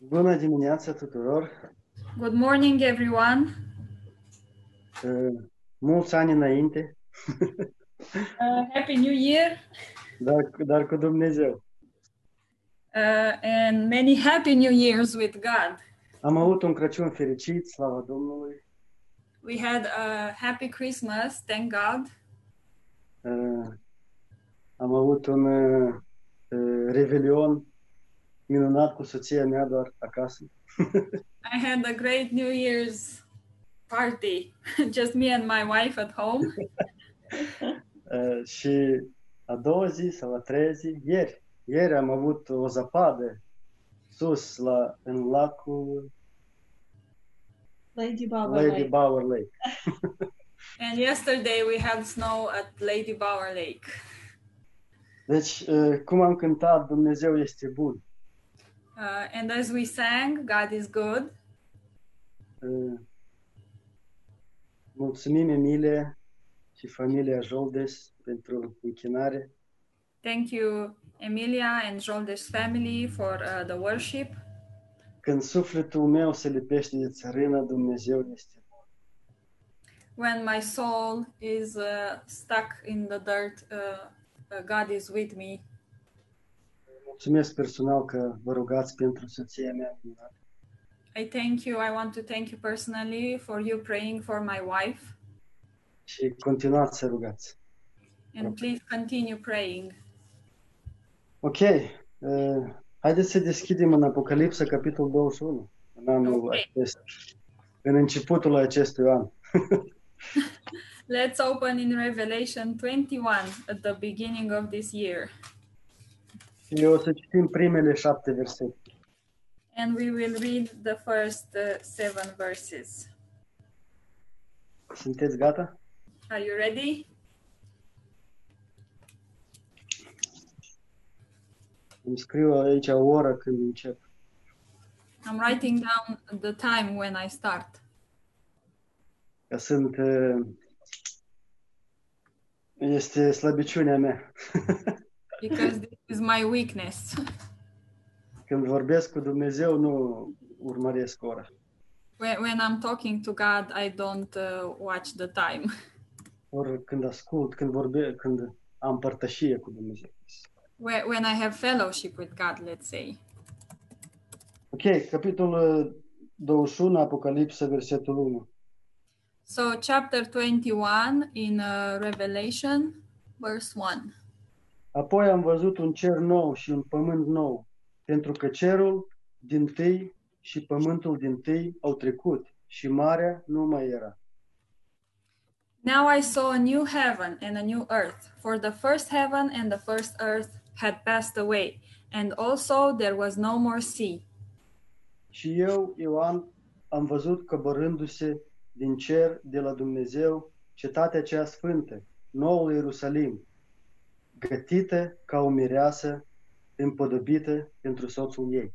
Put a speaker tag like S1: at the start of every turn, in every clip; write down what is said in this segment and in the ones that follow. S1: Bună dimineața tuturor!
S2: Good morning, everyone.
S1: Uh, Mulți ani înainte,
S2: Uh, Happy New Year
S1: dar, cu- dar cu Dumnezeu.
S2: uh, and many happy New Years with God.
S1: Am avut un Crăciun fericit, slavă Domnului.
S2: We had a happy Christmas, thank God.
S1: Uh, Am avut un uh, uh, revelion minunat cu soția mea doar acasă.
S2: I had a great New Year's party, just me and my wife at home.
S1: Uh, Și a doua zi sau a treia zi, ieri, ieri am avut o zăpadă sus la, în lacul
S3: Lady Baba.
S1: Lady
S3: Lady
S1: Bower Lake.
S2: And yesterday we had snow at Lady Bower Lake.
S1: Deci, uh, cum am cântat, Dumnezeu este bun.
S2: Uh, and as we sang, God is good.
S1: Uh, Mulțumim Emilie și familia Joldes pentru închinare.
S2: Thank you, Emilia and Jolde's family, for uh, the worship.
S1: Când sufletul meu se lipește de țărână, Dumnezeu este.
S2: when my soul is uh, stuck in the dirt, uh, uh, God is with me.
S1: Mulțumesc personal că vă rugați pentru soția mea. minunată.
S2: I thank you. I want to thank you personally for you praying for my wife.
S1: Și continuați să rugați.
S2: And please continue praying.
S1: Ok, uh, haideți să deschidem în Apocalipsa, capitolul 21, în anul
S2: Ok.
S1: acesta, în începutul acestui an.
S2: Let's open in Revelation 21 at the beginning of this year.
S1: Și o să citim primele șapte versete.
S2: And we will read the first uh, seven verses.
S1: Sunteți gata?
S2: Are you ready?
S1: Îmi scriu aici o oră când încep.
S2: I'm writing down the time when I start.
S1: că sunt uh, este slăbiciunea mea.
S2: Because this is my weakness.
S1: Când vorbesc cu Dumnezeu, nu urmăresc ora.
S2: When, when I'm talking to God, I don't uh, watch the time.
S1: Ori când ascult, când vorbe, când am părtășie cu Dumnezeu.
S2: Whe- when I have fellowship with God, let's say.
S1: Ok, capitolul 21, Apocalipsa, versetul 1.
S2: So, chapter 21 in uh, Revelation, verse 1.
S1: Apoi am văzut un cer nou și un pământ nou, pentru că cerul din tâi și pământul din tâi au trecut și marea nu mai era.
S2: Now I saw a new heaven and a new earth, for the first heaven and the first earth had passed away, and also there was no more sea.
S1: Și eu, Ioan, am văzut coborându-se din cer de la Dumnezeu cetatea cea sfântă, noul Ierusalim, gătită ca o mireasă împodobită pentru soțul ei.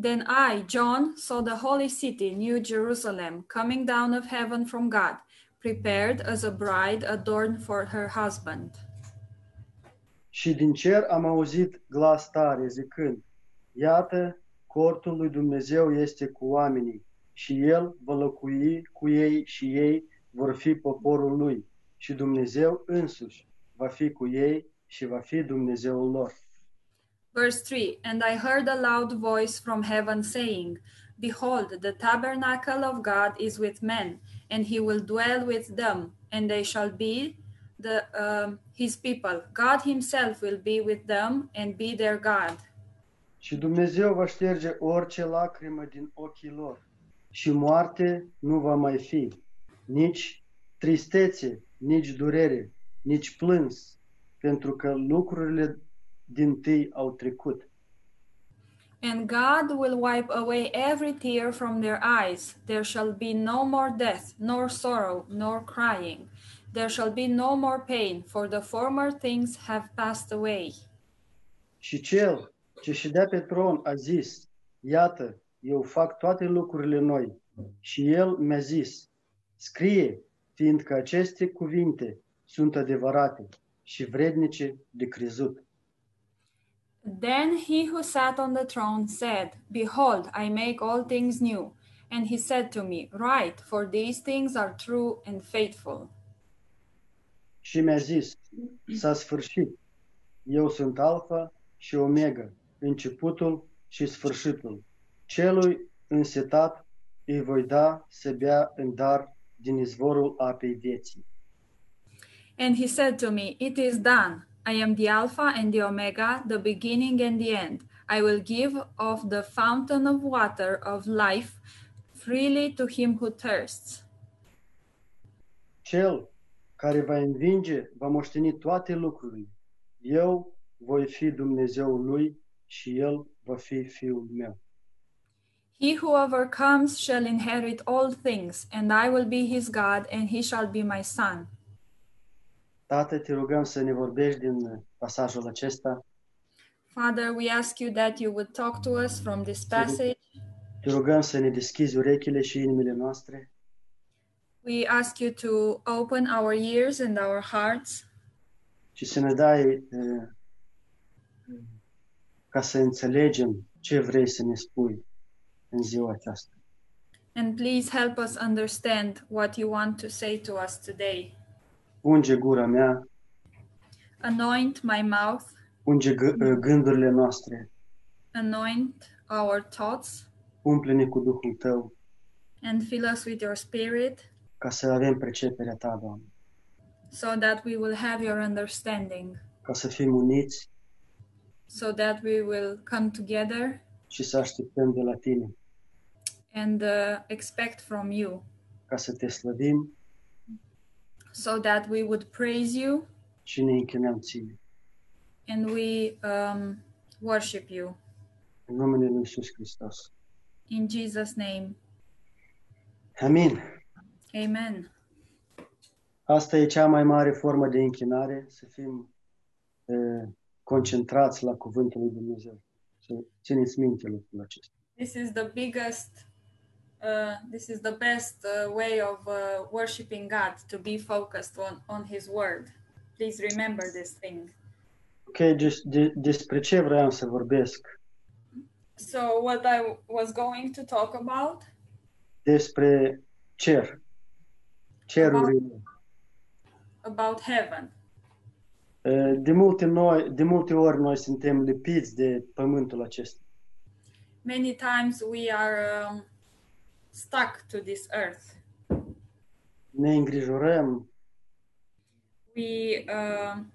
S2: Then I, John, saw the holy city, New Jerusalem, coming down of heaven from God, prepared as a bride adorned for her husband.
S1: Și din cer am auzit glas tare zicând, Iată, cortul lui Dumnezeu este cu oamenii și El va locui cu ei și ei vor fi poporul lui și Dumnezeu însuși va fi cu ei și va fi Dumnezeul lor.
S2: Verse 3 And I heard a loud voice from heaven saying, Behold, the tabernacle of God is with men, and he will dwell with them, and they shall be the, um, his people. God himself will be with them and be their God.
S1: Și Dumnezeu va șterge orice lacrimă din ochii lor. Și moarte nu va mai fi, nici tristețe, nici durere, nici plâns, pentru că lucrurile din tâi au trecut.
S2: And God will wipe away every tear from their eyes. There shall be no more death, nor sorrow, nor crying. There shall be no more pain, for the former things have passed away.
S1: Și cel ce ședea pe tron a zis, iată, eu fac toate lucrurile noi. Și el mi-a zis, scrie, fiindcă aceste cuvinte sunt adevărate și vrednice de crezut.
S2: Then he who sat on the throne said, Behold, I make all things new. And he said to me, Write, for these things are true and faithful.
S1: Și mi-a zis, s-a sfârșit. Eu sunt Alfa și Omega, începutul și sfârșitul. Celui însetat îi voi da să bea în dar din izvorul apei vieții.
S2: And he said to me, It is done. I am the Alpha and the Omega, the beginning and the end. I will give of the fountain of water of life freely to him who thirsts.
S1: Cel care va învinge va moșteni toate lucrurile. Eu voi fi Dumnezeul lui și el va fi fiul meu.
S2: He who overcomes shall inherit all things, and I will be his God, and he shall be my son.
S1: Tată, te rugăm să ne vorbești din pasajul acesta.
S2: Father, we ask you that you would talk to us from this passage.
S1: Te rugăm să ne deschizi urechile și inimile noastre.
S2: We ask you to open our ears and our hearts
S1: și să ne dai eh, ca să înțelegem ce vrei să ne spui în ziua aceasta.
S2: and please help us understand what you want to say to us today.
S1: Unge gura mea,
S2: Anoint my mouth,
S1: unge g- eh, gândurile noastre,
S2: anoint our thoughts,
S1: umple-ne cu Duhul Tău
S2: and fill us with your spirit
S1: ca să avem preceperea Ta, Doamne,
S2: so that we will have your understanding,
S1: ca să fim uniți
S2: so that we will come together
S1: și să așteptăm de la Tine,
S2: and uh, expect from you,
S1: ca să Te slăvim
S2: so that we would praise you
S1: și ne închinăm Ție.
S2: and we um, worship you.
S1: În numele Lui Iisus Hristos.
S2: In Jesus' name,
S1: Amin.
S2: amen.
S1: Asta e cea mai mare formă de închinare, să fim e, concentrați la Cuvântul lui Dumnezeu. Să țineți minte lucrul acesta.
S2: this is the biggest uh, this is the best uh, way of uh, worshiping god to be focused on on his word please remember this thing
S1: Ok, des- de- despre ce vreau să vorbesc?
S2: so what i w- was going to talk about
S1: Despre cer. Cerurile.
S2: about heaven
S1: E, De multe, noi, de multe ori noi suntem lipiți de pământul acesta.
S2: many times we are um, stuck to this earth
S1: Ne îngrijorăm,
S2: we um,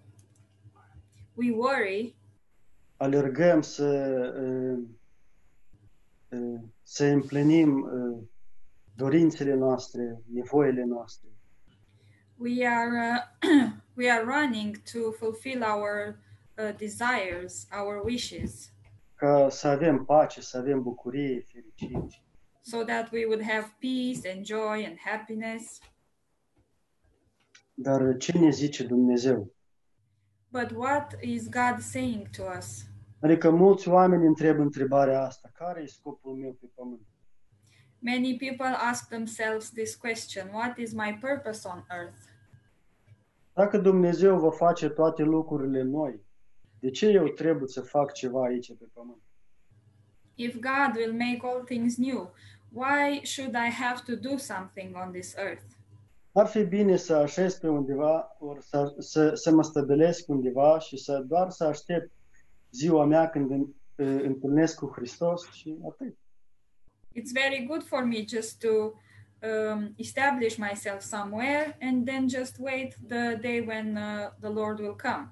S2: we worry
S1: alergăm să, e, e, să împlinim e, dorințele noastre, nevoile noastre.
S2: we are uh, we are running to fulfill our uh, desires our wishes
S1: ca să avem pace, să avem bucurie, fericire.
S2: so that we would have peace and joy and happiness.
S1: Dar ce ne zice Dumnezeu?
S2: But what is God saying to us?
S1: Adică mulți oameni întreb întrebarea asta, care e scopul meu pe pământ?
S2: Many people ask themselves this question What is my purpose on earth?
S1: Dacă Dumnezeu va face toate lucrurile noi, de ce eu trebuie să fac ceva aici pe pământ?
S2: If God will make all things new, why should I have to do something on this earth?
S1: Ar fi bine să așez pe undeva, ori să, să, să mă stabilesc undeva și să doar să aștept ziua mea când în- eh, întâlnesc cu Hristos și atât.
S2: It's very good for me just to um, establish myself somewhere and then just wait the day when uh, the Lord will come.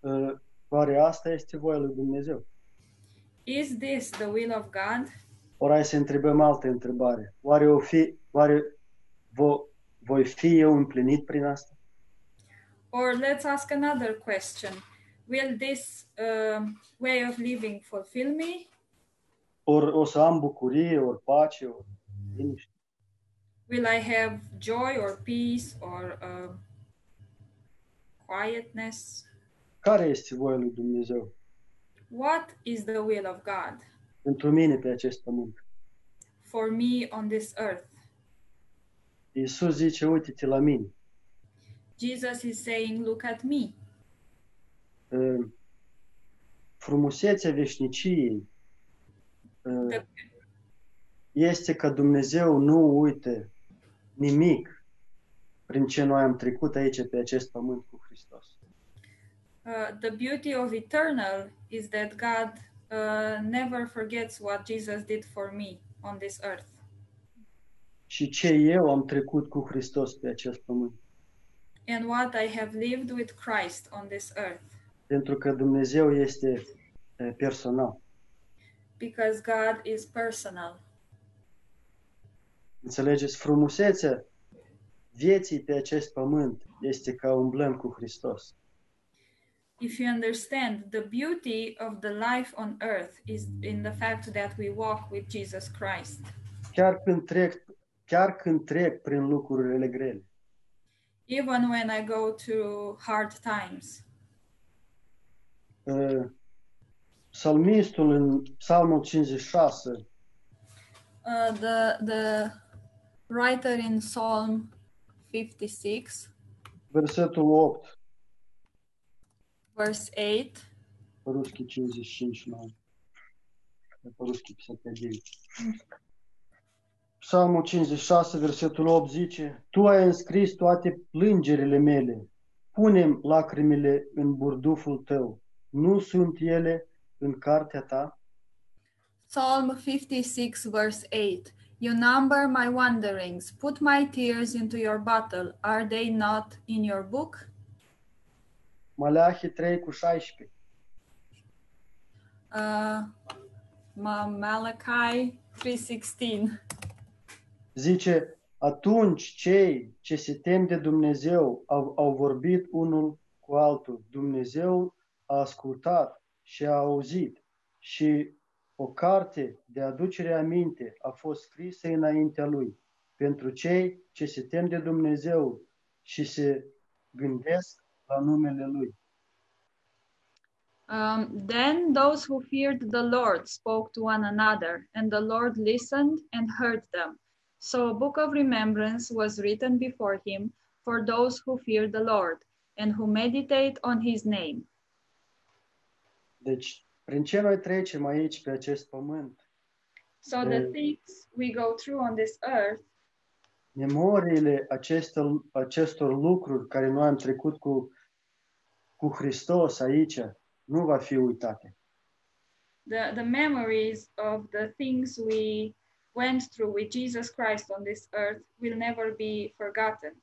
S1: Eh, Oare asta este voia lui Dumnezeu?
S2: Is this the will of God?
S1: Ori hai să întrebăm altă întrebare. Oare, o fi, oare vo, voi fi eu împlinit prin asta?
S2: Or let's ask another question Will this um, way of living fulfill me?
S1: Ori o să am bucurie, ori pace, ori liniște?
S2: Will I have joy or peace or um quietness?
S1: Care este voia lui Dumnezeu
S2: What is the will of God
S1: pentru mine pe acest pământ?
S2: for me on this earth?
S1: Iisus zice, uite-te la mine.
S2: Jesus is saying, Look at me.
S1: uh, frumusețea veșniciei uh, este că Dumnezeu nu uită nimic prin ce noi am trecut aici pe acest pământ cu Hristos.
S2: Uh, the beauty of eternal is that God uh, never forgets what Jesus did for me on this earth
S1: și ce eu am trecut cu Hristos pe acest pământ.
S2: and what I have lived with Christ on this earth
S1: Pentru că Dumnezeu este uh, personal.
S2: because God is personal.
S1: Înțelegeți? Frumusețea vieții pe acest pământ este că umblăm cu Hristos.
S2: If you understand, the beauty of the life on earth is in the fact that we walk with Jesus Christ.
S1: Chiar când trec, chiar când trec prin lucrurile grele,
S2: Even when I go through hard times,
S1: Uh, psalmistul în Psalmul 56
S2: uh, the the writer in Psalm 56,
S1: Versetul 8,
S2: verse 8,
S1: Păruschi 55, 9. Păruschi 59. Psalmul 56, versetul 8 zice, Tu ai înscris toate plângerile mele, punem lacrimile în burduful tău, nu sunt ele în cartea ta?
S2: Psalm 56, verse 8. You number my wanderings, put my tears into your bottle. Are they not in your book?
S1: Maleahi 3 cu 16.
S2: Uh, Ma- Malachi 3:16.
S1: Zice, atunci cei ce se tem de Dumnezeu au, au vorbit unul cu altul. Dumnezeu a ascultat și a auzit și o carte de aducere aminte a fost scrisă înaintea lui pentru cei ce se tem de Dumnezeu și se gândesc la numele lui.
S2: Um, then those who feared the Lord spoke to one another, and the Lord listened and heard them. So a book of remembrance was written before him for those who fear the Lord and who meditate on his name.
S1: Deci, prin ce noi trecem aici pe acest pământ,
S2: So the
S1: Mm.
S2: things we go through on this earth,
S1: memoriile acestor, acestor lucruri care noi am trecut cu, cu Hristos aici nu va fi uitate.
S2: the, the memories of the things we went through with Jesus Christ on this earth will never be forgotten.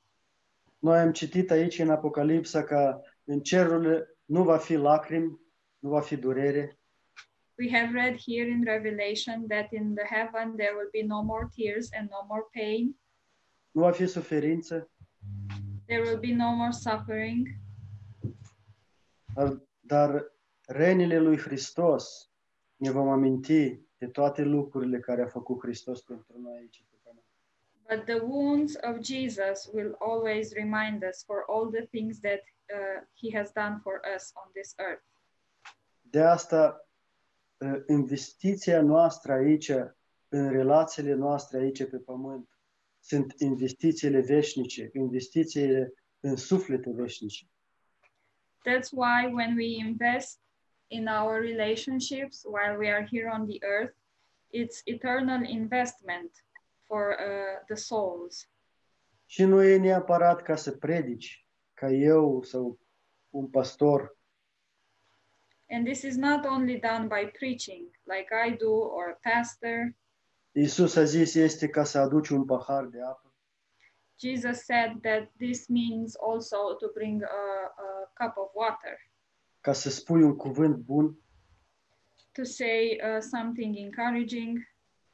S1: Noi am citit aici în Apocalipsa că în cerul nu va fi lacrimi, nu va fi durere,
S2: We have read here in Revelation that in the heaven there will be no more tears and no more pain.
S1: nu va fi suferință,
S2: There will be no more suffering.
S1: dar, dar rănile lui Hristos ne vom aminti de toate lucrurile care a făcut Hristos pentru noi aici. pe pământ.
S2: But the wounds of Jesus will always remind us for all the things that uh, he has done for us on this earth.
S1: De asta, uh, investiția noastră aici, în relațiile noastre aici pe pământ, sunt investițiile veșnice, investițiile în suflete veșnice.
S2: That's why when we invest in our relationships while we are here on the earth, it's eternal investment for uh, the souls.
S1: Și nu e neapărat ca să predici, ca eu sau un pastor,
S2: And this is not only done by preaching, like I do, or a pastor.
S1: Iisus a zis este ca să aduci un pahar de apă,
S2: Jesus said that this means also to bring a, a cup of water,
S1: ca să spui un cuvânt bun,
S2: to say uh, something encouraging,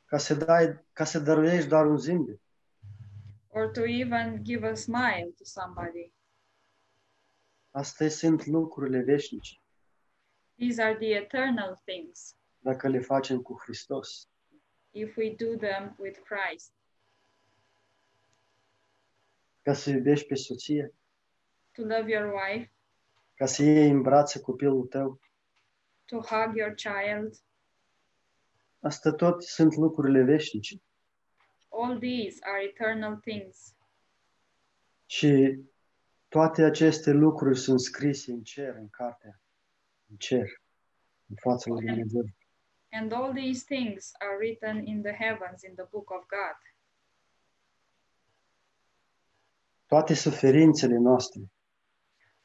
S1: ca să, dai, ca să dăruiești dar un zâmbet.
S2: or to even give a smile to somebody.
S1: Astea sunt lucrurile veșnice,
S2: These are the eternal things
S1: dacă le facem cu Hristos.
S2: if we do them with Christ.
S1: Ca să iubești pe soție,
S2: To love your wife,
S1: ca să iei în brațe copilul tău.
S2: to hug your child,
S1: Asta tot sunt lucrurile veșnice.
S2: all these are eternal things.
S1: Și toate aceste lucruri sunt scrise în cer, în cartea în cer, în fața lui Dumnezeu.
S2: And all these things are written in the heavens in the book of God.
S1: Toate suferințele noastre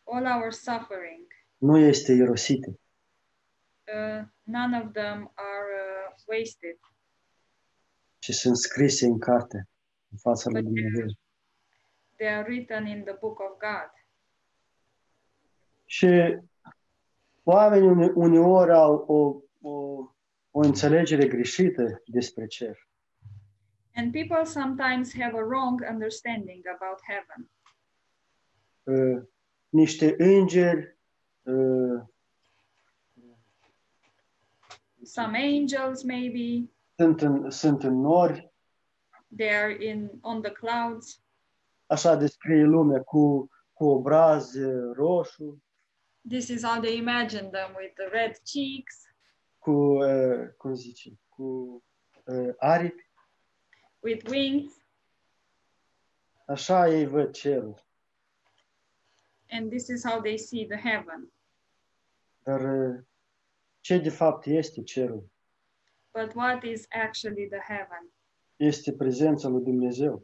S2: All our suffering,
S1: nu este irosite.
S2: uh, none of them are uh, wasted,
S1: ci sunt scrise în carte, în fața lui
S2: Păi-
S1: Dumnezeu.
S2: they are written in the book of God.
S1: Și oamenii une- uneori au o, o, o înțelegere greșită despre cer.
S2: And people sometimes have a wrong understanding about heaven.
S1: Uh, Niște îngeri uh,
S2: Some angels, maybe,
S1: sunt în, sunt în nori,
S2: they are in on the clouds.
S1: așa descrie lumea, cu, cu obraz uh, roșu,
S2: This is how they imagine them with the red cheeks,
S1: cu, uh, cum zice, cu uh, aripi.
S2: with wings,
S1: Așa ei văd cerul.
S2: and this is how they see the heaven.
S1: Dar uh, ce de fapt este cerul?
S2: But what is actually the heaven?
S1: Este prezența lui Dumnezeu.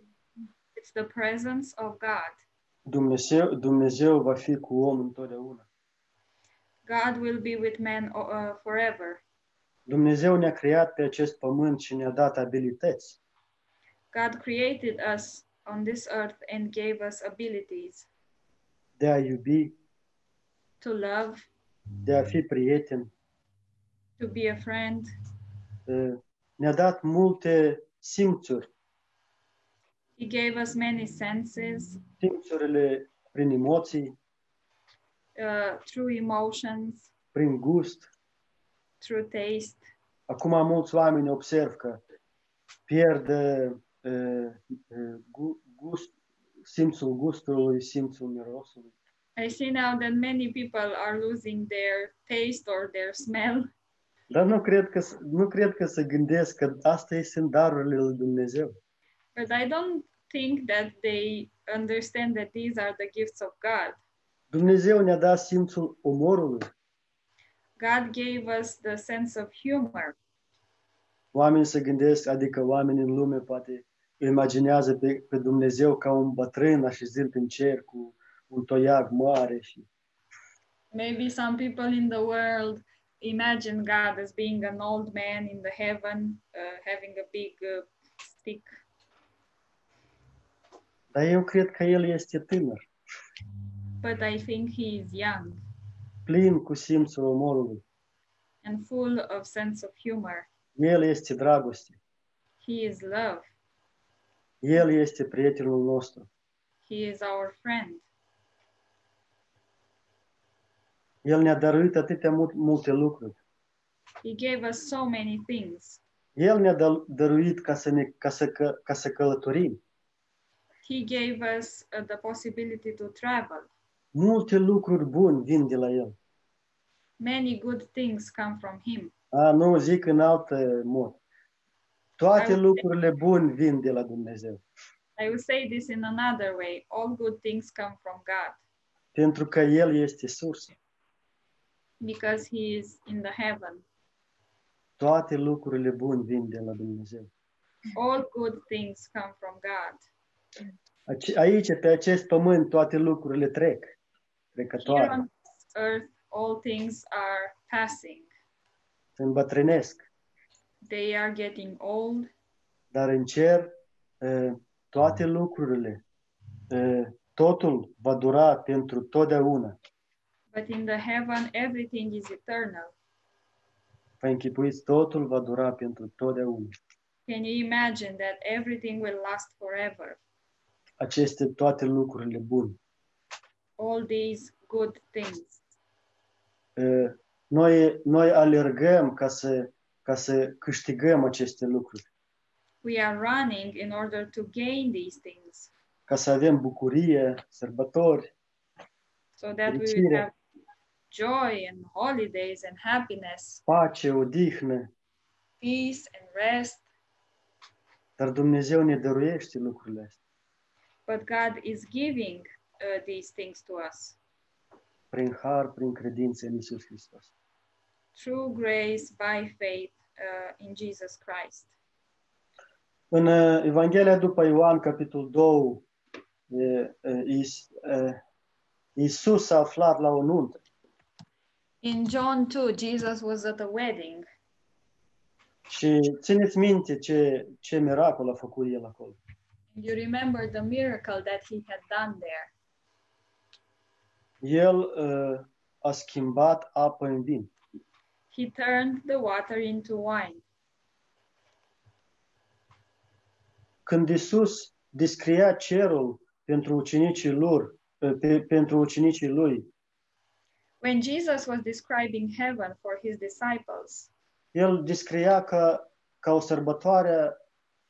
S2: It's the presence of God.
S1: Dumnezeu, Dumnezeu va fi cu omul întotdeauna.
S2: God will be with man uh, forever.
S1: Dumnezeu ne-a creat pe acest pământ și ne-a dat abilități.
S2: God created us on this earth and gave us abilities
S1: De a iubi,
S2: to love,
S1: de a fi prieten.
S2: to be a friend.
S1: Uh, Ne-a dat multe simțuri.
S2: He gave us many senses
S1: Simțurile prin emoții,
S2: uh, through emotions,
S1: prin gust.
S2: through taste.
S1: Acum mulți oameni observ că pierd uh, uh, gu- gust, simțul gustului, simțul mirosului.
S2: I see now that many people are losing their taste or their smell,
S1: Dar nu cred că, s- nu cred că se gândesc că astea sunt darurile lui Dumnezeu.
S2: but I don't think that they understand that these are the gifts of God.
S1: Dumnezeu ne-a dat simțul omorului.
S2: God gave us the sense of humor.
S1: Oamenii se gândesc, adică oamenii în lume poate imaginează pe, pe Dumnezeu ca un bătrân așezând în cer cu un toiac mare și
S2: Maybe some people in the world imagine God as being an old man in the heaven, uh, having a big uh, stick.
S1: dar eu cred că el este tânăr,
S2: But I think he is young
S1: plin cu simțul omorului.
S2: and full of sense of humor.
S1: El este dragoste,
S2: He is love.
S1: el este prietenul nostru,
S2: He is our friend.
S1: el ne-a dăruit atâtea mult, multe lucruri.
S2: He gave us so many things.
S1: El ne-a dă- dăruit ca să, ne, ca să, că, ca să călătorim.
S2: He gave us uh, the possibility to travel.
S1: Multe lucruri bune vin de la el.
S2: Many good things come from him.
S1: A, nu, zic în alt uh, mod. Toate
S2: Ai-
S1: lucrurile bune vin de la Dumnezeu.
S2: I will say this in another way all good things come from God
S1: Pentru că El este sursa.
S2: because he is in the heaven.
S1: Toate lucrurile bune vin de la Dumnezeu.
S2: All good things come from God.
S1: Ace- Aici, pe acest pământ, toate lucrurile trec.
S2: Here
S1: Trecătoare.
S2: on this earth, all things are passing.
S1: Se îmbătrânesc.
S2: They are getting old,
S1: Dar în cer, eh, toate lucrurile, eh, totul va dura pentru totdeauna.
S2: but in the heaven, everything is eternal.
S1: Vă închipuiți, totul va dura pentru totdeauna.
S2: Can you imagine that everything will last forever?
S1: Aceste toate lucrurile bune.
S2: All these good things.
S1: Eh, Noi, noi alergăm ca să, ca să câștigăm aceste lucruri,
S2: We are running in order to gain these things
S1: ca să avem bucurie, sărbători,
S2: so that we will
S1: Fericire.
S2: have joy and holidays and happiness,
S1: pace, odihnă,
S2: peace and rest.
S1: dar Dumnezeu ne dăruiește lucrurile astea.
S2: But God is giving uh, these things to us.
S1: prin har, prin credință în Isus Hristos.
S2: through grace by faith uh, in Jesus Christ.
S1: În uh, Evanghelia după Ioan, capitolul 2, e, e, Is- e, Isus s-a aflat la o nuntă.
S2: In John 2, Jesus was at a wedding,
S1: Și țineți minte ce, ce miracol a făcut el acolo.
S2: and you remember the miracle that he had done there.
S1: El uh, a schimbat apă în vin.
S2: He turned the water into wine.
S1: Când Isus descria cerul pentru ucenicii lor, uh, pe, pentru ucenicii lui,
S2: When Jesus was describing heaven for his disciples,
S1: el descria ca, ca o sărbătoare a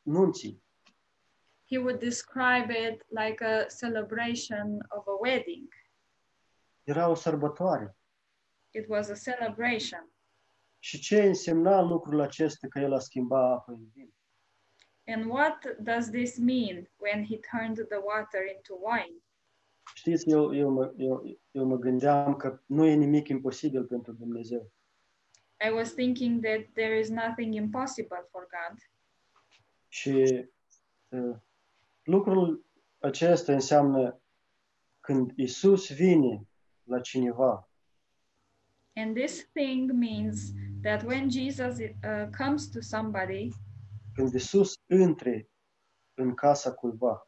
S1: nunții.
S2: he would describe it like a celebration of a wedding.
S1: Era o sărbătoare.
S2: It was a celebration.
S1: Și ce însemna lucrul acesta că el a schimbat apă în vin?
S2: And what does this mean when he turned the water into wine?
S1: Știți, eu, eu, mă, eu, eu mă gândeam că nu e nimic imposibil pentru Dumnezeu.
S2: I was thinking that there is nothing impossible for God.
S1: Și uh, lucrul acesta înseamnă când Isus vine la cineva,
S2: And this thing means that when Jesus uh, comes to somebody,
S1: când Isus intre în casa cuiva,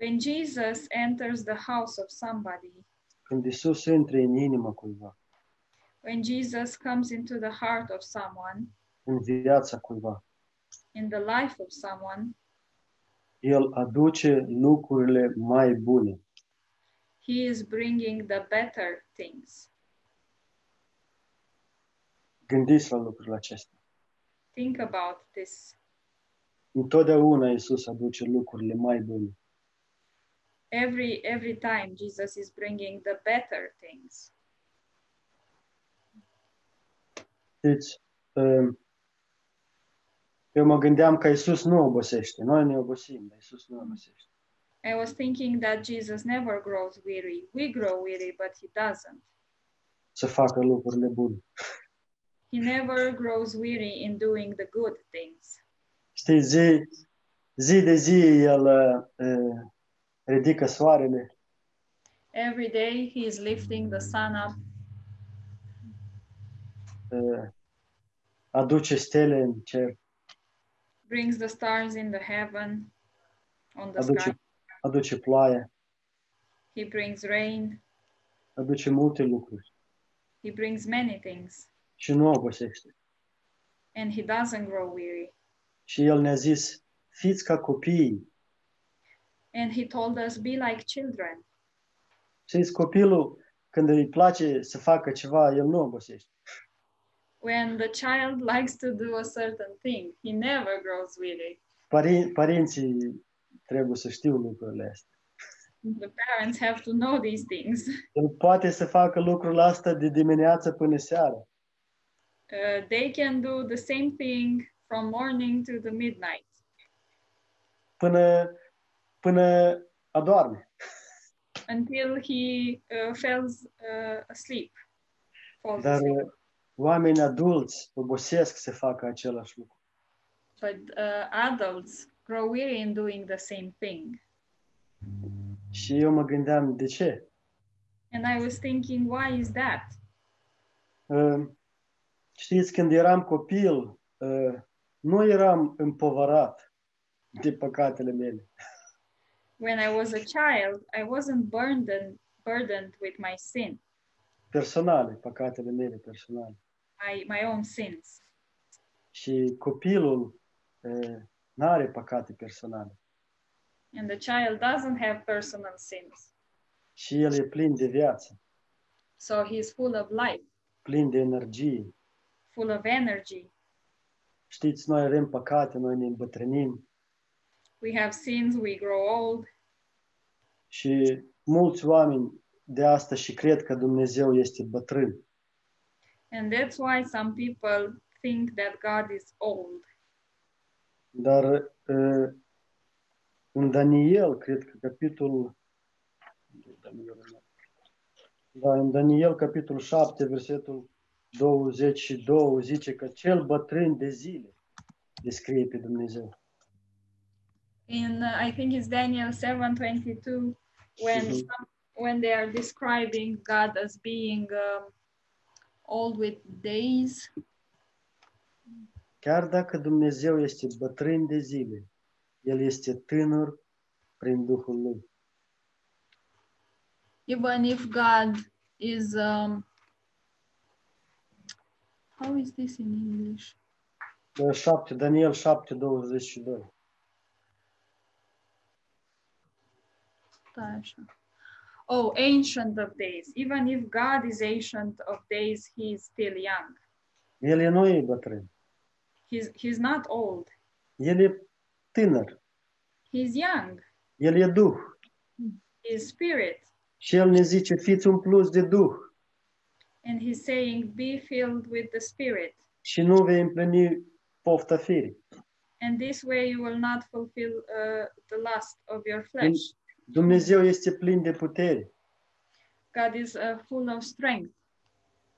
S2: when Jesus enters the house of somebody,
S1: când Isus intre în inima cuiva,
S2: when Jesus comes into the heart of someone,
S1: în viața cuiva,
S2: in the life of someone,
S1: El aduce lucrurile mai bune.
S2: he is bringing the better things.
S1: Gândiți la lucrul acesta.
S2: Think about this.
S1: Întotdeauna Isus aduce lucrurile mai bune.
S2: Every every time Jesus is bringing the better things.
S1: Deci, um, eu mă gândeam că Isus nu obosește. Noi ne obosim, dar Isus nu obosește.
S2: I was thinking that Jesus never grows weary. We grow weary, but he doesn't.
S1: să facă lucrurile bune.
S2: He never grows weary in doing the good things.
S1: Știi, zi, zi de zi el uh, ridică soarele,
S2: Every day he is lifting the sun up,
S1: uh, aduce stele în cer,
S2: brings the stars in the heaven, on the sky.
S1: aduce, aduce ploaie,
S2: He brings rain.
S1: aduce multe lucruri
S2: He brings many things,
S1: și nu obosește.
S2: and he doesn't grow weary.
S1: Și el ne-a zis, fiți ca copiii.
S2: And he told us, "Be like children."
S1: Știți, copilul, când îi place să facă ceva, el nu obosește.
S2: When the child likes to do a certain thing, he never grows weary.
S1: Părin- părinții trebuie să știu lucrurile astea.
S2: The parents have to know these things.
S1: El poate să facă lucrul ăsta de dimineață până seara.
S2: Uh, they can do the same thing from morning to the midnight,
S1: până, până adorme.
S2: until he uh, falls uh, asleep. Falls
S1: Dar
S2: asleep.
S1: uh, oamenii adulți obosesc să facă același lucru.
S2: But uh, adults grow weary in doing the same thing.
S1: Și eu mă gândeam, de ce?
S2: And I was thinking, why is that?
S1: Uh, Știți, când eram copil, uh, nu eram împovărat de păcatele mele.
S2: When I was a child, I wasn't burdened burdened with my sin,
S1: Personale, păcatele mele personale.
S2: my my own sins.
S1: Și copilul nu are păcate personale.
S2: And the child doesn't have personal sins,
S1: Și el e plin de viață,
S2: so he's full of life,
S1: plin de energie.
S2: full of energy.
S1: Știți, noi avem păcate, noi ne îmbătrânim,
S2: We have sins, we grow old,
S1: Și mulți oameni de asta și cred că Dumnezeu este bătrân.
S2: And that's why some people think that God is old.
S1: Dar uh, în Daniel, cred că capitolul Da, în Daniel, capitolul 7, versetul 22, zice că cel bătrân de zile descrie pe Dumnezeu.
S2: in uh, I think it's Daniel 7:22 when
S1: Mhm.
S2: some, when they are describing God as being um, old with days.
S1: Chiar dacă Dumnezeu este bătrân de zile, El este tânăr prin Duhul Lui.
S2: Even if God is um, how is this in English?
S1: Da, 7, Daniel 7, 22.
S2: Da, așa. Oh, ancient of days. Even if God is ancient of days, he is still young.
S1: El nu e bătrân,
S2: He's he's not old.
S1: El e tânăr,
S2: He's young.
S1: El e Duh.
S2: He's spirit.
S1: Și El ne zice, fiți un plus de Duh
S2: And he's saying, Be filled with the Spirit.
S1: și nu vei împlini pofta firii.
S2: And this way you will not fulfill uh, the lust of your
S1: Dum-
S2: flesh.
S1: Dumnezeu este plin de putere.
S2: God is uh, full of strength.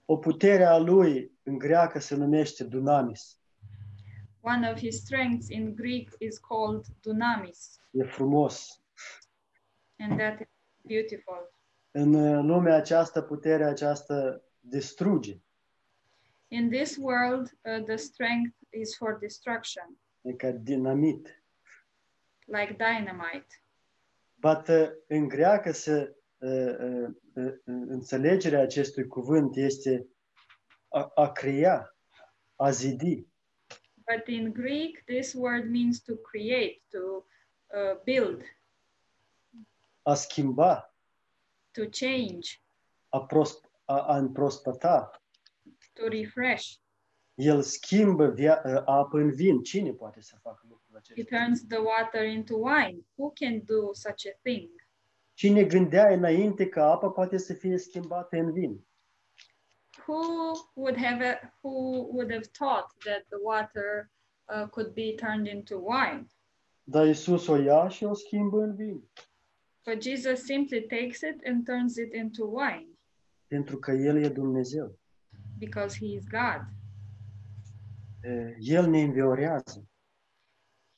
S1: O putere a Lui în greacă se numește dunamis.
S2: One of his strengths in Greek is called dunamis,
S1: E frumos.
S2: and that is beautiful.
S1: În uh, lumea aceasta, puterea aceasta distruge.
S2: In this world, uh, the strength is for destruction,
S1: E ca adică dinamit.
S2: like dynamite.
S1: But uh, în greacă se, uh, uh, uh, înțelegerea acestui cuvânt este a, a crea, a zidi.
S2: But in Greek, this word means to create, to uh, build,
S1: a schimba,
S2: to change,
S1: a, prosp- a, a împrospăta.
S2: to refresh.
S1: El schimbă via- uh, apă în vin. Cine poate să facă lucrul
S2: He
S1: acesta?
S2: turns the water into wine. Who can do such a thing?
S1: Cine gândea înainte că apa poate să fie schimbată în vin?
S2: who would have a, who would have thought that the water uh, could be turned into wine
S1: Dar Isus o ia și o schimbă în vin.
S2: but jesus simply takes it and turns it into wine
S1: Pentru că El e Dumnezeu.
S2: because he is god
S1: E, Uh, El ne înviorează.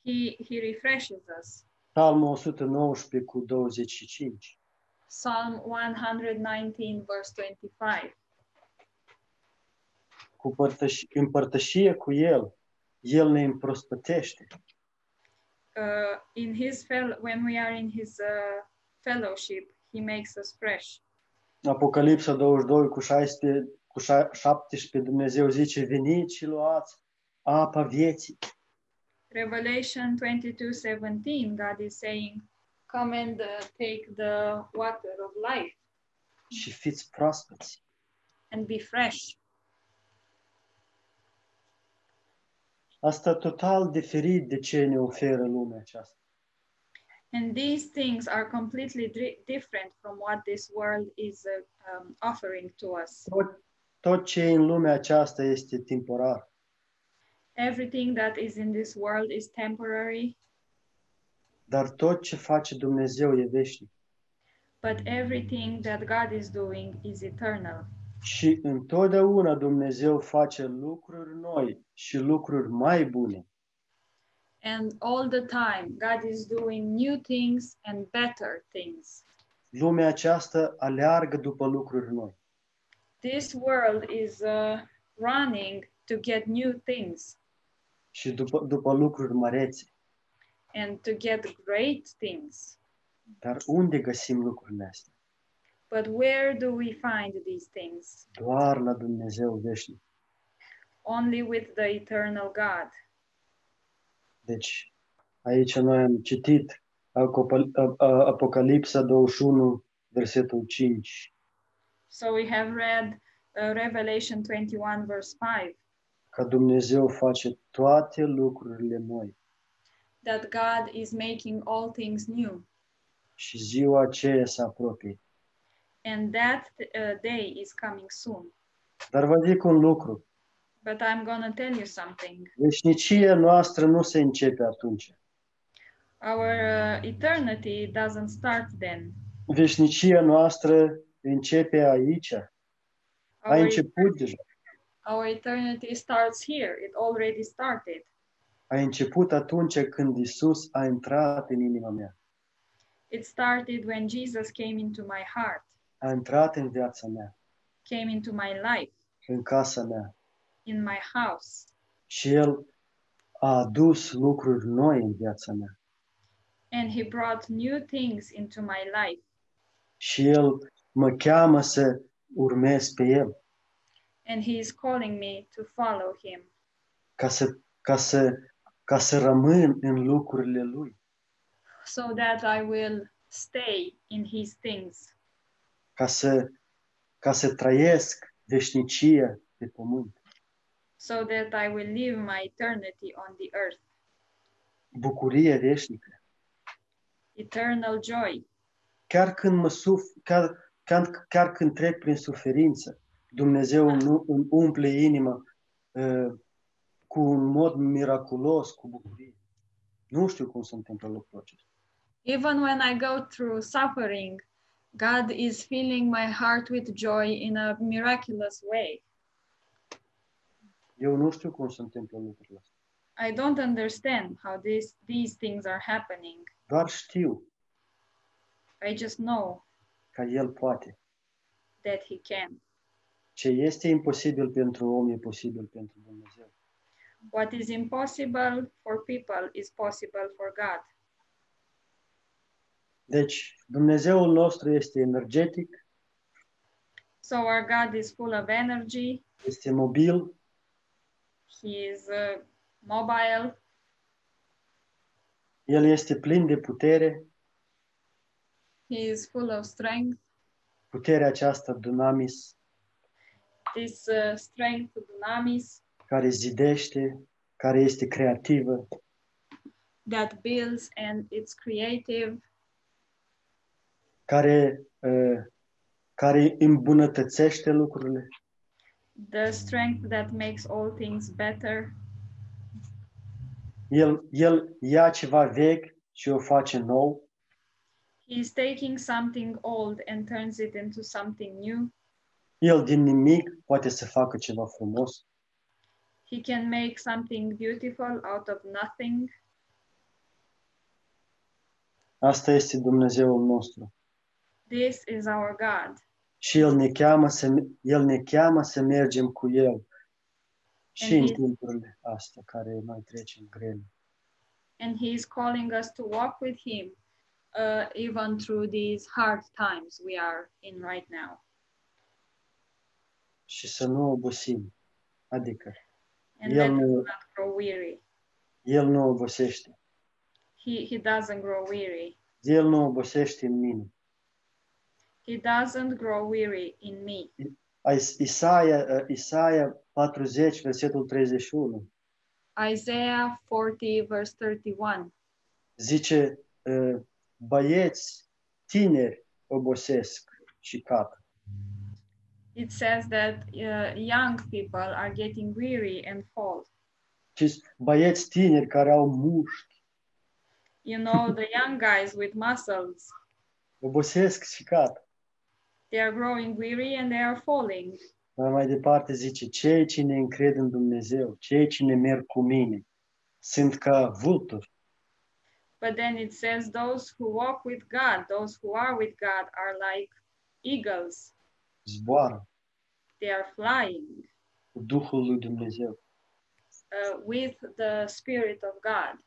S2: he he refreshes us
S1: Psalmul 119 cu 25.
S2: psalm 119 verse 25
S1: Cu părtăș- în părtășie cu El, El ne împrospătește.
S2: uh, in his fel- when we are in his uh, fellowship he makes us fresh
S1: Apocalipsa 22 cu 16, cu șa- 17, Dumnezeu zice, veniți și luați apa vieții.
S2: revelation 22 17 god is saying come and uh, take the water of life
S1: și fiți proaspeți.
S2: and be fresh
S1: Asta total diferit de ce ne oferă lumea aceasta.
S2: And these things are completely dri- different from what this world is uh, um, offering to us.
S1: Tot, tot ce e în lumea aceasta este temporar.
S2: Everything that is in this world is temporary,
S1: Dar tot ce face Dumnezeu e veșnic.
S2: but everything that God is doing is eternal.
S1: Și întotdeauna Dumnezeu face lucruri noi și lucruri mai bune.
S2: And all the time, God is doing new things and better things.
S1: Lumea aceasta aleargă după lucruri noi.
S2: This world is uh, running to get new things
S1: și după, după lucruri mărețe.
S2: and to get great things.
S1: Dar unde găsim lucrurile astea?
S2: But where do we find these things?
S1: Doar la Dumnezeu veșnic.
S2: Only with the eternal God.
S1: Deci, aici noi am citit Acopal- a- a- Apocalipsa 21, versetul 5,
S2: So we have read uh, Revelation 21, verse 5,
S1: că Dumnezeu face toate lucrurile noi.
S2: that God is making all things new,
S1: Și ziua aceea se apropie.
S2: and that uh, day is coming soon.
S1: Dar vă zic un lucru.
S2: But I'm gonna tell you something.
S1: Veșnicia noastră nu se începe atunci.
S2: Our uh, eternity doesn't start then.
S1: Veșnicia noastră începe aici. A
S2: Our, e,
S1: început deja.
S2: our eternity starts here. It already started.
S1: A început atunci când Isus a intrat în inima mea,
S2: It started when Jesus came into my heart,
S1: a intrat în viața mea,
S2: came into my life,
S1: în casa mea
S2: in my house.
S1: și El a adus lucruri noi în viața mea
S2: And he brought new things into my life.
S1: și El mă cheamă să urmez pe El
S2: And he is calling me to follow him,
S1: ca să, ca să, ca să rămân în lucrurile Lui,
S2: so that I will stay in his things,
S1: ca să, ca să trăiesc veșnicia pe pământ.
S2: so that I will live my eternity on the earth.
S1: bucurie veșnică.
S2: eternal joy.
S1: Chiar când mă suf, chiar, chiar, chiar când trec prin suferință, Dumnezeu îmi, îmi umple inima uh, cu un mod miraculos, cu bucurie. Nu știu cum se întâmplă lucrul acesta.
S2: Even when I go through suffering, God is filling my heart with joy in a miraculous way.
S1: Eu nu știu cum se întâmplă lucrurile astea.
S2: I don't understand how this, these things are happening.
S1: Doar știu
S2: I just know
S1: că El poate.
S2: that He can.
S1: Ce este imposibil pentru om e posibil pentru Dumnezeu.
S2: What is impossible for people is possible for God.
S1: Deci, Dumnezeul nostru este energetic,
S2: So our God is full of energy,
S1: este mobil,
S2: He is uh, mobile,
S1: El este plin de putere,
S2: He is full of strength.
S1: puterea aceasta dunamis,
S2: This uh, strength, dynamis,
S1: care zidește, care este creativă,
S2: that builds and it's creative,
S1: care, uh, care îmbunătățește lucrurile,
S2: the strength that makes all things better.
S1: el, el ia ceva vechi și o face nou,
S2: He's taking something old and turns it into something new.
S1: el din nimic poate să facă ceva frumos,
S2: He can make something beautiful out of nothing.
S1: asta este Dumnezeul nostru.
S2: This is our God.
S1: Și El ne cheamă să, el ne cheamă să mergem cu El și în
S2: Amin.
S1: timpurile astea care noi trecem grele.
S2: And He is calling us to walk with Him uh, even through these hard times we are in right now.
S1: Și să nu obosim, adică
S2: And
S1: Yeah,
S2: let us
S1: no.
S2: not grow weary.
S1: El nu obosește,
S2: He, he doesn't grow weary.
S1: El nu obosește în mine.
S2: He doesn't grow weary in me.
S1: Is- Isaia, uh, Isaia 40, versetul 31,
S2: Isaiah 40, verse 31.
S1: zice, uh, băieți tineri obosesc și cap.
S2: it says that uh, young people are getting weary and fall.
S1: Și băieți tineri care au mușchi,
S2: You know, the young guys with muscles,
S1: obosesc și cap.
S2: they are growing weary and they are falling.
S1: Dar mai departe zice, cei ce ne încred în Dumnezeu, cei ce ne merg cu mine, sunt ca vulturi,
S2: But then it says, those who walk with God, those who are with God, are like eagles.
S1: zboară
S2: They are flying
S1: cu Duhul lui Dumnezeu.
S2: uh, with the Spirit of God.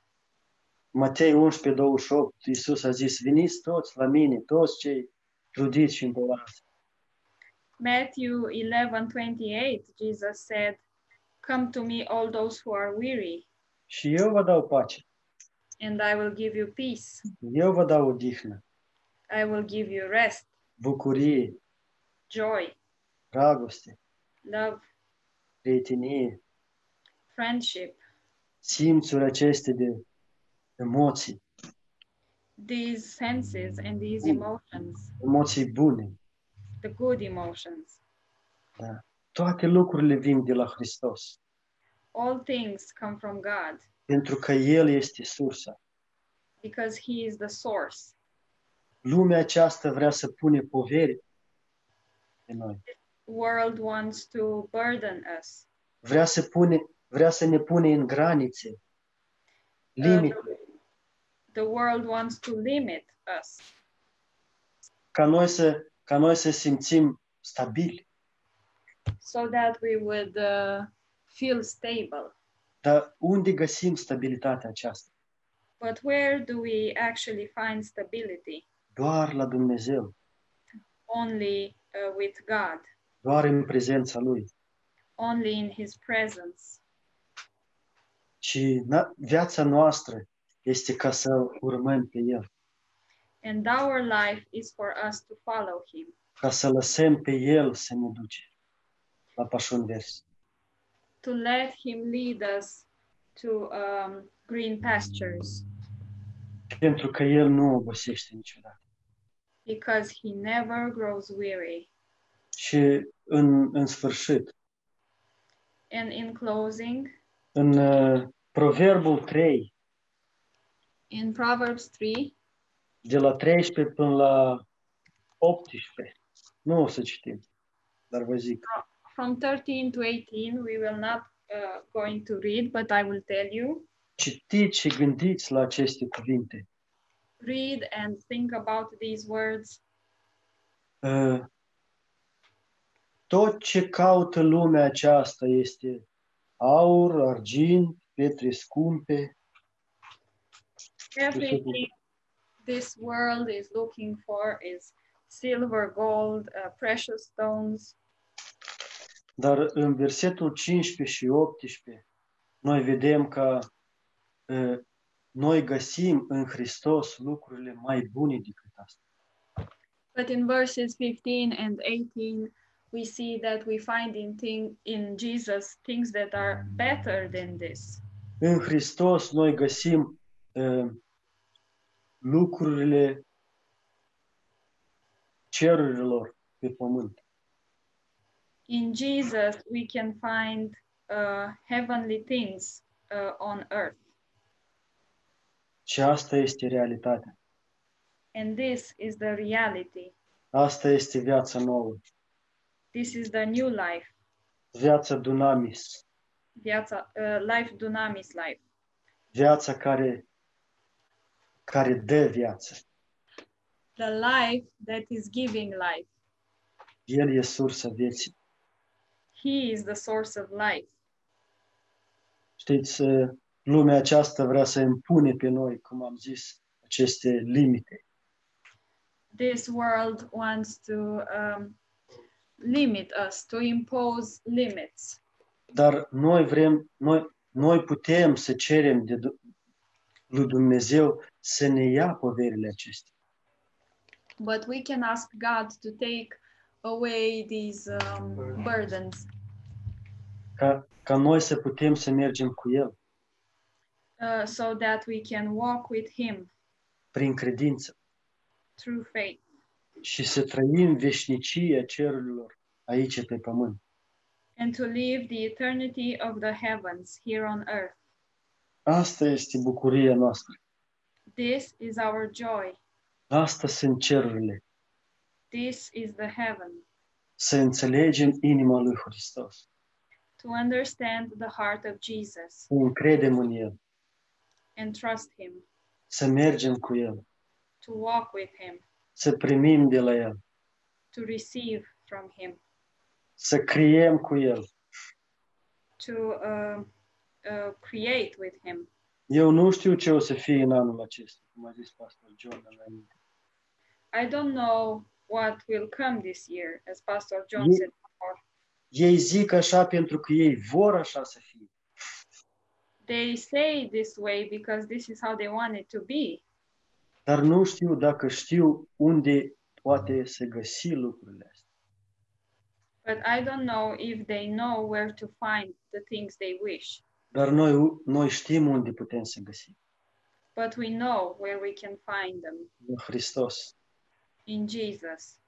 S1: Matei 11, 28, Iisus a zis, veniți toți la mine, toți cei trudiți și împovărați.
S2: Matthew 11 28, Jesus said, Come to me, all those who are weary,
S1: Și eu vă dau pace,
S2: and I will give you peace.
S1: eu vă dau odihnă,
S2: I will give you rest,
S1: bucurie,
S2: joy,
S1: dragoste,
S2: love,
S1: prietenie,
S2: friendship,
S1: simțuri aceste de emoții,
S2: these senses and these
S1: Mm.
S2: emotions,
S1: emoții bune.
S2: the good emotions,
S1: Da? Toate lucrurile vin de la Hristos,
S2: all things come from God
S1: pentru că El este sursa.
S2: because He is the source.
S1: Lumea aceasta vrea să pune poveri de noi.
S2: world wants to burden us.
S1: Vrea să, pune, vrea să ne pune în granițe, limite,
S2: The world wants to limit us
S1: ca noi să, ca noi să simțim stabili.
S2: so that we would uh, feel stable.
S1: Dar unde găsim stabilitatea aceasta?
S2: But where do we actually find stability?
S1: Doar la Dumnezeu,
S2: Only uh, with God,
S1: doar în prezența Lui.
S2: only in His presence.
S1: Și na- viața noastră este ca să urmăm pe El,
S2: And our life is for us to follow Him,
S1: ca să lăsăm pe El să ne duce la pașun vers.
S2: to let Him lead us to um, green pastures,
S1: Pentru că El nu obosește niciodată.
S2: because He never grows weary.
S1: Și în, în sfârșit,
S2: And in closing,
S1: în uh, Proverbul 3,
S2: in Proverbs 3,
S1: de la 13 până la 18. Nu o să citim, dar vă zic.
S2: from 13 to 18, we will not uh, going to read, but I will tell you.
S1: Citiți și gândiți la aceste cuvinte.
S2: Read and think about these words
S1: Uh, Tot ce caută lumea aceasta este aur, argint, pietre scumpe,
S2: everything this world is looking for is silver, gold, uh, precious stones.
S1: dar în versetul 15 și 18 noi vedem că uh, noi găsim în Hristos lucrurile mai bune decât asta.
S2: But in verses 15 and 18, we see that we find in, thing, in Jesus things that are better than this.
S1: În Hristos noi găsim uh, lucrurile cerurilor pe pământ.
S2: In Jesus, we can find uh, heavenly things uh, on earth.
S1: Și asta este realitatea.
S2: And this is the reality.
S1: Asta este viața nouă.
S2: This is the new life,
S1: Viața dunamis.
S2: viața, uh, life dunamis life,
S1: Viața care, care dă viață.
S2: the life that is giving life.
S1: El e sursa vieții.
S2: He is the source of life.
S1: Știți, uh, lumea aceasta vrea să impune pe noi, cum am zis, aceste limite.
S2: This world wants to um, limit us, to impose limits.
S1: Dar noi vrem, noi, noi putem să cerem de Du- lui Dumnezeu să ne ia poverile acestea.
S2: But we can ask God to take away these um, burdens
S1: ca, ca noi să putem să mergem cu El
S2: uh, so that we can walk with Him
S1: prin credință
S2: through faith
S1: și să trăim veșnicia cerurilor aici pe pământ.
S2: and to live the eternity of the heavens here on earth.
S1: Asta este bucuria noastră.
S2: This is our joy.
S1: Asta sunt cerurile.
S2: This is the heaven.
S1: Să înțelegem inima lui Hristos.
S2: To understand the heart of Jesus
S1: Să încredem în El.
S2: and trust Him,
S1: Să mergem cu El.
S2: to walk with Him,
S1: Să primim de la El.
S2: to receive from Him,
S1: Să creiem cu El.
S2: to uh, uh, create with Him.
S1: Eu nu știu ce o să fie în anul acesta, cum a zis pastor John înainte.
S2: I don't know what will come this year, as Pastor John
S1: Ye-
S2: said before.
S1: Ei zic așa pentru că ei vor așa să fie.
S2: They say this way because this is how they want it to be,
S1: dar nu știu dacă știu unde poate să găsi lucrurile astea.
S2: but I don't know if they know where to find the things they wish.
S1: Dar noi, noi știm unde putem să găsim.
S2: But we know where we can find them
S1: În Hristos
S2: in Jesus.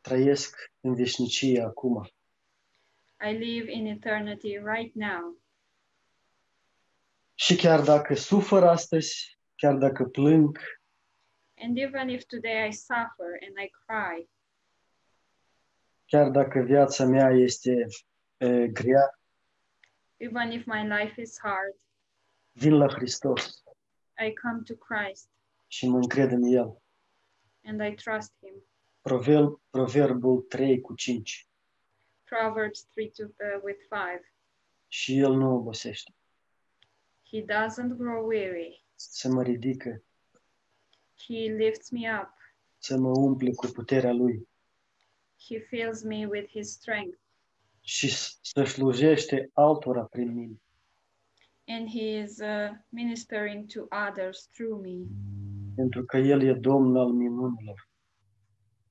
S1: trăiesc în veșnicie acum.
S2: I live in eternity right now.
S1: Și chiar dacă sufăr astăzi, chiar dacă plâng,
S2: And even if today I suffer and I cry,
S1: chiar dacă viața mea este e, grea,
S2: Even if my life is hard,
S1: vin la Hristos
S2: I come to Christ
S1: și mă încred în El.
S2: and I trust Him.
S1: Proverb, proverbul 3 cu 5.
S2: Proverbs 3 to, uh, with 5.
S1: Și El nu obosește.
S2: He doesn't grow weary.
S1: Să mă ridică,
S2: He lifts me up.
S1: să mă umple cu puterea Lui
S2: He fills me with His strength
S1: și s- să slujește altora prin mine.
S2: and He is uh, ministering to others through me
S1: pentru că El e Domnul al minunilor,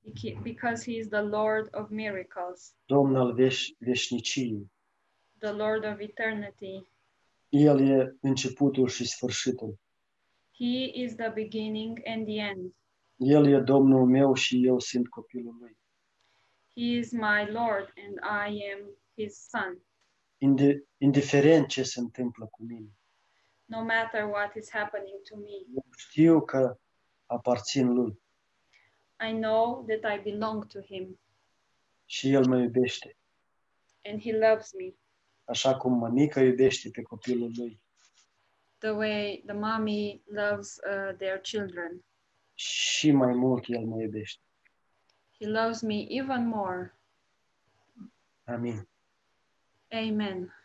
S2: Beca- because He is the Lord of miracles,
S1: Domnul al veș- veșniciei.
S2: the Lord of eternity.
S1: El e începutul și sfârșitul.
S2: He is the beginning and the end.
S1: El e Domnul meu și eu sunt copilul Lui.
S2: He is my Lord and I am His Son.
S1: Inde- indiferent ce se întâmplă cu mine,
S2: No matter what is happening to me,
S1: eu știu că aparțin Lui
S2: I know that I belong to Him
S1: și El mă iubește,
S2: and He loves me
S1: așa cum mămica iubește pe copilul Lui
S2: the way the mommy loves uh, their children.
S1: și mai mult El mă iubește.
S2: He loves me even more.
S1: Amin.
S2: Amen.